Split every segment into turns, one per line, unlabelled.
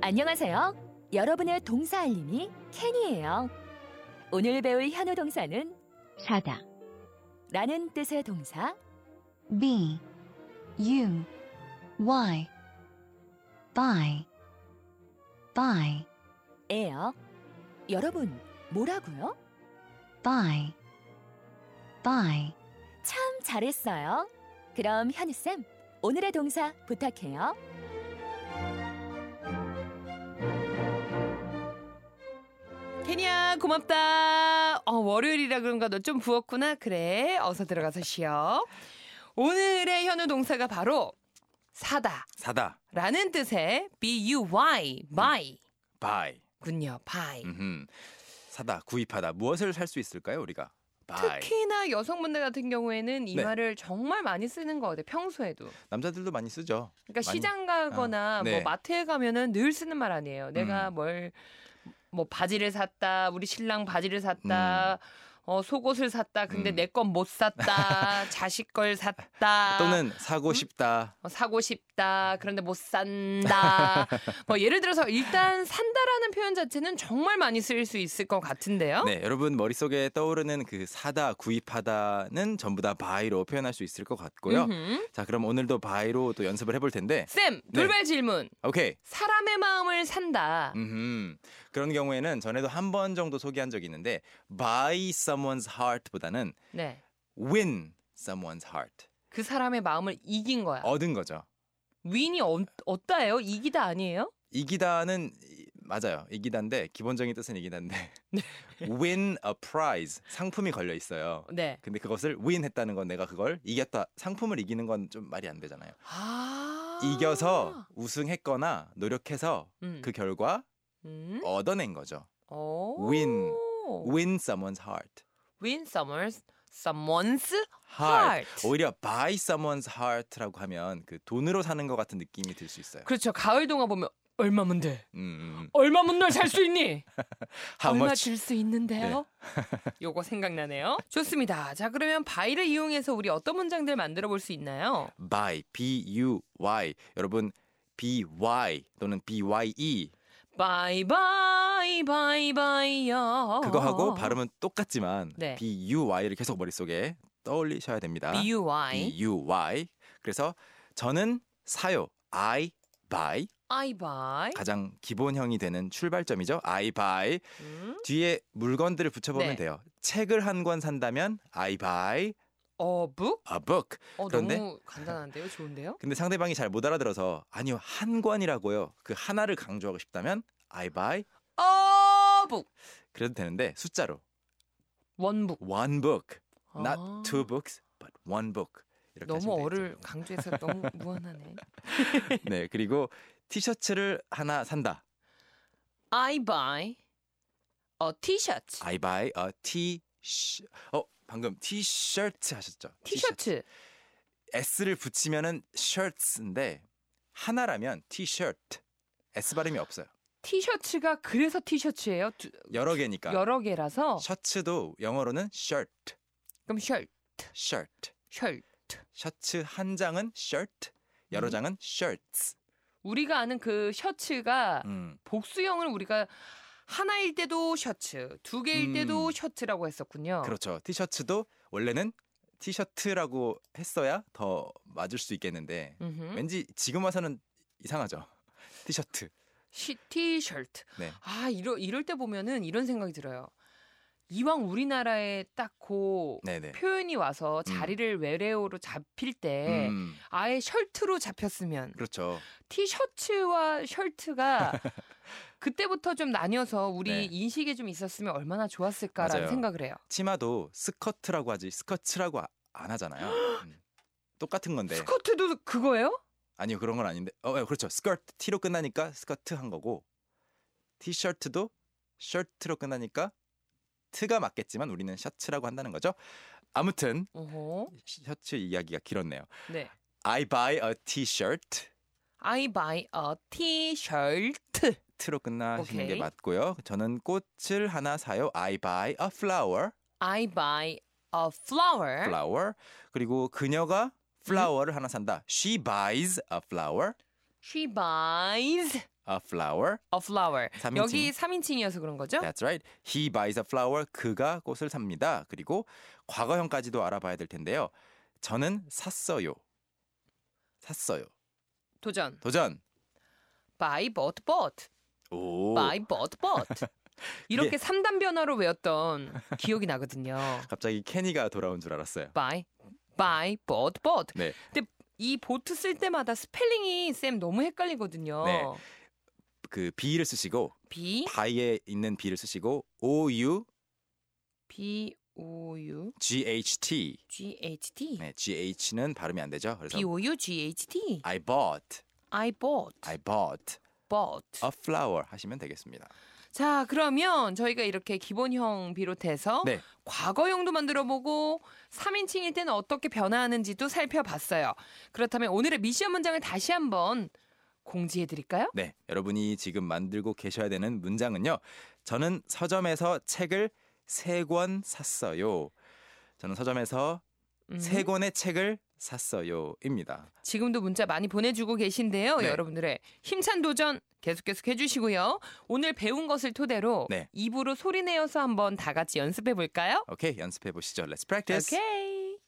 안녕하세요. 여러분의 동사 알림이 캔이에요. 오늘 배울 현우 동사는
사다
라는 뜻의 동사
B U Y buy buy
예요. 여러분, 뭐라고요?
buy buy
참 잘했어요. 그럼 현우쌤, 오늘의 동사 부탁해요.
케냐 고맙다. 어, 월요일이라 그런가 너 좀 부었구나. 그래. 어서 들어가서 쉬어. 오늘의 현우 동사가 바로 사다라는
사다
뜻의 buy buy
buy
군요. buy.
음흠. 사다 구입하다 무엇을 살 수 있을까요 우리가 buy
특히나 여성분들 같은 경우에는 이
네.
말을 정말 많이 쓰는 거 같아요. 평소에도.
남자들도 많이 쓰죠
그러니까
많이-
시장 가거나
아, 네.
뭐 마트에 가면은 늘 쓰는 말 아니에요. 내가
음.
뭘 뭐 바지를 샀다. 우리 신랑 바지를 샀다. 어 속옷을 샀다. 근데
음.
내 건 못 샀다. 자식 걸 샀다.
또는 사고 싶다
어, 사고 싶다. 그런데 못 산다. 뭐 예를 들어서 일단 산다라는 표현 자체는 정말 많이 쓰일 수 있을 것 같은데요.
네 여러분 머릿속에 떠오르는 그 사다 구입하다는 전부 다 buy로 표현할 수 있을 것 같고요
음흠.
자 그럼 오늘도 buy로 또 연습을 해볼 텐데
쌤 돌발 질문.
오케이
사람의 마음을 산다.
음흠. 그런 경우에는 전에도 한 번 정도 소개한 적이 있는데 buy someone's heart보다는
네.
win someone's heart
그 사람의 마음을 이긴 거야.
얻은 거죠
윈이 어, 어따예요? 이기다 아니에요?
이기다는 이- 맞아요. 이기다인데 기본적인 뜻은 이기다인데
네.
win a prize 상품이 걸려 있어요.
네.
근데 그것을 win 했다는 건 내가 그걸 이겼다. 상품을 이기는 건 좀 말이 안 되잖아요.
아.
이겨서 우승했거나 노력해서
음.
그 결과
음?
얻어낸 거죠.
오.
win. win someone's heart.
윈 someone's someone's
heart.
heart.
오히려 buy someone's heart라고 하면 그 돈으로 사는 것 같은 느낌이 들 수 있어요.
그렇죠. 가을 동화 보면 얼마면 돼?
음, 음.
얼마면 널 살 수 있니?
How
아, 얼마
much?
줄
네.
수 있는데요? 요거 생각나네요. 좋습니다. 자, 그러면 바이를 이용해서 우리 어떤 문장들 만들어 볼 수 있나요?
buy b u y 여러분 b y 또는 b y e
바이 바이 바이 바이요.
그거 하고 발음은 똑같지만
네.
B U Y를 계속 머릿속에 떠올리셔야 됩니다.
B U Y
B U Y. 그래서 저는 사요. I buy
I buy.
가장 기본형이 되는 출발점이죠. I buy
음?
뒤에 물건들을 붙여보면
네.
돼요. 책을 한 권 산다면 I buy
어, book?
a book.
어,
그런데-
너무 간단한데요? 좋은데요?
근데 상대방이 잘 못 알아들어서 아니요 한 권이라고요. 그 하나를 강조하고 싶다면 I buy
어, book.
그래도 되는데 숫자로
one book.
one book, not
아,
two books, but one book. 이렇게
너무
하시면 되겠죠.
어를 강조해서 너무 무한하네.
네, 그리고 티셔츠를 하나 산다.
I buy a t-shirt.
I buy a t-shirt. 어, 방금 티셔츠 하셨죠?
티셔츠.
S를 붙이면은 shirts인데 하나라면 t-shirt. S 발음이 없어요.
티셔츠가 그래서 티셔츠예요. 두-
여러 개니까.
여러 개라서
셔츠도 영어로는 shirt,
그럼 셜,
shirt.
셜.
셔츠 한 장은 shirt, 여러
음.
장은 shirts.
우리가 아는 그 셔츠가
음,
복수형을 우리가 하나일 때도 셔츠, 두 개일
음.
때도 셔츠라고 했었군요.
그렇죠. 티셔츠도 원래는 티셔츠라고 했어야 더 맞을 수 있겠는데
음흠.
왠지 지금 와서는 이상하죠. 티셔츠.
시, 티셔츠.
네.
아 이럴 이럴 때 보면은 이런 생각이 들어요. 이왕 우리나라에 딱고
네네.
표현이 와서
음.
자리를 외래어로 잡힐 때
음,
아예 셔츠로 잡혔으면
그렇죠.
티셔츠와 셔츠가 그때부터 좀 나뉘어서 우리
네.
인식에 좀 있었으면 얼마나 좋았을까라는
맞아요.
생각을 해요.
치마도 스커트라고 하지 스커츠라고 아- 안 하잖아요. 음. 똑같은 건데.
스커트도 그거예요?
아니요 그런 건 아닌데. 어 예, 그렇죠. 스커트 티로 끝나니까 스커트 한 거고 티셔츠도 셔츠로 끝나니까 트가 맞겠지만 우리는 셔츠라고 한다는 거죠. 아무튼
어허.
셔츠 이야기가 길었네요.
네.
I buy a t-shirt.
I buy a t-shirt.
트로 끝나시는
오케이.
게 맞고요. 저는 꽃을 하나 사요. I buy a flower.
I buy a flower.
flower. 그리고
음.
그녀가 flower를 하나 산다. She buys a flower,
She buys
a flower.
A flower.
삼인칭. 네.
여기 3인칭이어서 그런 거죠?
That's right. He buys a flower. 그가 꽃을 삽니다. 그리고 과거형까지도 알아봐야 될 텐데요. 저는 샀어요. 샀어요.
도전.
도전.
Buy, bought, bought.
오. 예.
Buy, bought, bought. 이렇게 삼단 변화로 외웠던 기억이 나거든요.
갑자기 케니가 돌아온 줄 알았어요.
Buy, buy, bought, bought.
네.
근데 이 보트 쓸 때마다 스펠링이 쌤 너무 헷갈리거든요.
네. 그 be를 쓰시고
B,
바이에 있는 be를 쓰시고 o u
B, O, U,
g h t.
G, H, T.
네, g h는 발음이 안 되죠. 그래서
B, O, U, G, H, T.
I bought.
I bought,
I 어, bought
bought.
a flower 하시면 되겠습니다.
자, 그러면 저희가 이렇게 기본형 비롯해서
네.
과거형도 만들어 보고 3인칭일 때는 어떻게 변화하는지도 살펴봤어요. 그렇다면 오늘의 미션 문장을 다시 한번 공지해 드릴까요?
네, 여러분이 지금 만들고 계셔야 되는 문장은요. 저는 서점에서 책을 세 권 샀어요. 저는 서점에서
음,
세 권의 책을 샀어요.입니다.
지금도 문자 많이 보내주고 계신데요.
네.
여러분들의 힘찬 도전 계속 계속 해주시고요. 오늘 배운 것을 토대로
네.
입으로 소리 내어서 한번 다 같이 연습해 볼까요?
오케이, 연습해 보시죠. Let's practice.
오케이.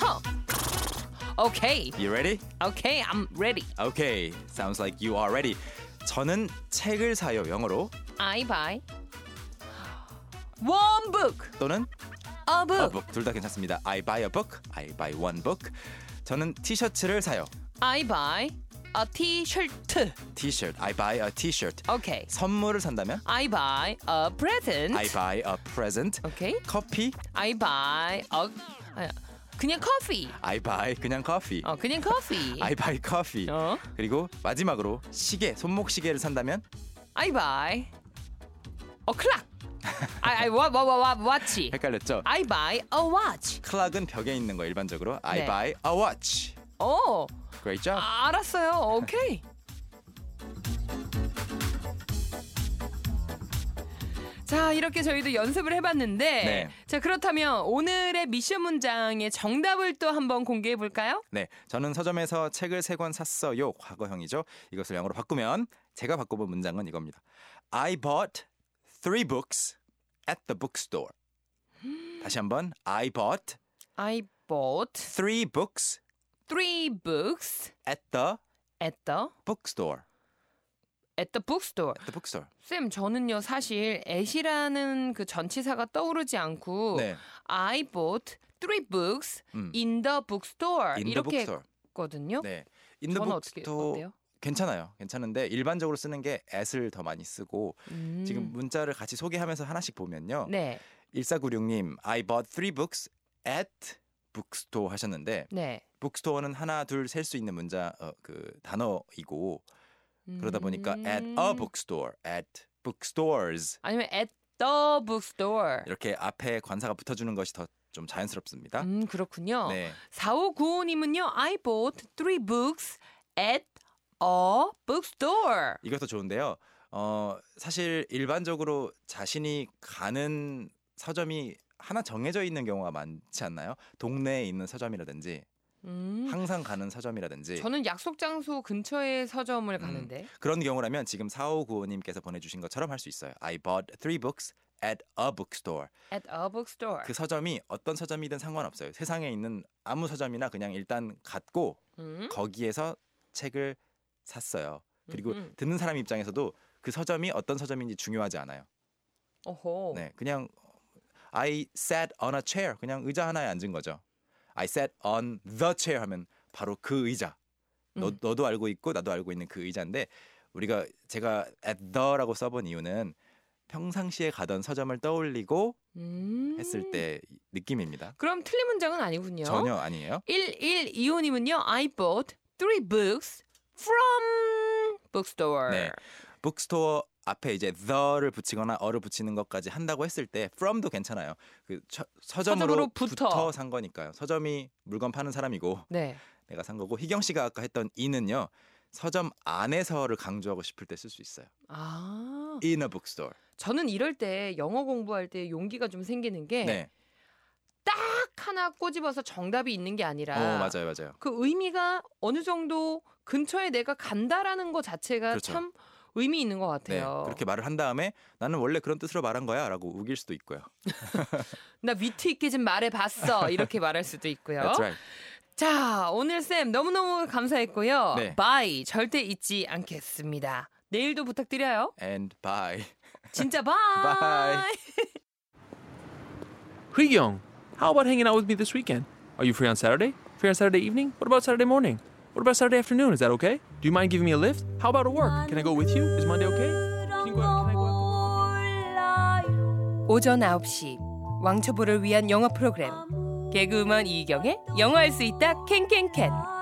허. 오케이.
You ready?
오케이. I'm ready.
Okay, sounds like you are ready. 저는 책을 사요. 영어로
I buy one book.
또는
A book.
a book. 둘 다 괜찮습니다. I buy a book. I buy one book. 저는 티셔츠를 사요.
I buy a t-shirt.
T-shirt. I buy a T-shirt.
Okay.
선물을 산다면
I buy a present.
I buy a present.
okay.
커피
I buy a 아, 그냥 커피.
I buy 그냥 커피.
어, 그냥 커피.
I buy coffee.
어?
그리고 마지막으로 시계, 손목 시계를 산다면
I buy a clock. I I what what what watch.
헷갈렸죠?
I buy a watch.
클락은 벽에 있는 거 일반적으로 I
네.
buy a watch.
어.
Great job.
아, 알았어요. 오케이. 자, 이렇게 저희도 연습을 해봤는데,
네.
자 그렇다면 오늘의 미션 문장의 정답을 또 한번 공개해 볼까요?
네, 저는 서점에서 책을 세 권 샀어요. 과거형이죠. 이것을 영어로 바꾸면 제가 바꿔본 문장은 이겁니다. I bought three books at the bookstore. 다시 한번 I bought
I bought
three books
three books
at the
at the
bookstore.
at the bookstore.
At the bookstore.
쌤, 저는요 사실 at이라는 그 전치사가 떠오르지 않고
네.
I bought three books
음.
in the bookstore
In the
아, 이렇게
bookstore.
했거든요.
네. In the
저는 어떻게
bookstore.
어때요?
괜찮아요. 괜찮은데 일반적으로 쓰는 게 at을 더 많이 쓰고
음.
지금 뭐 문자를 같이 소개하면서 하나씩 보면요.
네,
1496님, I bought three books at bookstore 하셨는데
네.
bookstore는 하나 둘 셀 수 있는 문자 어, 그 단어이고 그러다 보니까 at a
음.
bookstore, at bookstores
아니면 at the bookstore.
이렇게 앞에 관사가 붙어주는 것이 더 좀 자연스럽습니다.
음 그렇군요.
네,
4595님은요. I bought three books at a bookstore.
이것도 좋은데요. 어 사실 일반적으로 자신이 가는 서점이 하나 정해져 있는 경우가 많지 않나요? 동네에 있는 서점이라든지
음.
항상 가는 서점이라든지
저는 약속 장소 근처의 서점을
음.
가는데.
그런 경우라면 지금 4595님께서 보내주신 것처럼 할 수 있어요. I bought three books at a bookstore.
at a bookstore.
그 서점이 어떤 서점이든 상관없어요. 세상에 있는 아무 서점이나 그냥 일단 갔고
음?
거기에서 책을 샀어요. 그리고
음, 음.
듣는 사람 입장에서도 그 서점이 어떤 서점인지 중요하지 않아요.
어허.
네, 그냥 I sat on a chair. 그냥 의자 하나에 앉은 거죠. I sat on the chair 하면 바로 그 의자. 너,
음.
너도 알고 있고 나도 알고 있는 그 의자인데 우리가 제가 at the라고 써본 이유는 평상시에 가던 서점을 떠올리고
음.
했을 때 느낌입니다.
그럼 틀린 문장은 아니군요.
전혀 아니에요.
1125님은요. I bought three books from bookstore.
네. 북스토어 앞에 이제 the를 붙이거나 어를 붙이는 것까지 한다고 했을 때 from도 괜찮아요. 그 처- 서점으로
서점으로부터.
붙어 산 거니까요. 서점이 물건 파는 사람이고
네.
내가 산 거고 희경 씨가 아까 했던 이는요. 서점 안에서를 강조하고 싶을 때 쓸 수 있어요.
아.
In a bookstore.
저는 이럴 때 영어 공부할 때 용기가 좀 생기는 게
네.
딱 하나 꼬집어서 정답이 있는 게 아니라
어 맞아요 맞아요.
그 의미가 어느 정도 근처에 내가 간다라는 것 자체가
그렇죠.
참 의미 있는 것
네
같아요.
그렇게 말을 한 다음에 나는 원래 그런 뜻으로 말한 거야라고 우길 수도 있고요.
나 위트 있게 좀 말해봤어 이렇게 말할 수도 있고요.
That's right.
자 오늘 쌤 너무너무 감사했고요.
네.
바이 절대 잊지 않겠습니다. 내일도 부탁드려요.
And bye.
진짜 바이.
Bye.
Young, how about hanging out with me this weekend? Are you free on Saturday? Free on Saturday evening? What about Saturday morning? What about Saturday afternoon? Is that okay? Do you mind giving me a lift? How about at work? Can I go with you? Is Monday okay? Can you go out? Can I go out?
오전 9시 왕초보를 위한 영어 프로그램 개그우먼 이경의 영어할 수 있다 캔캔캔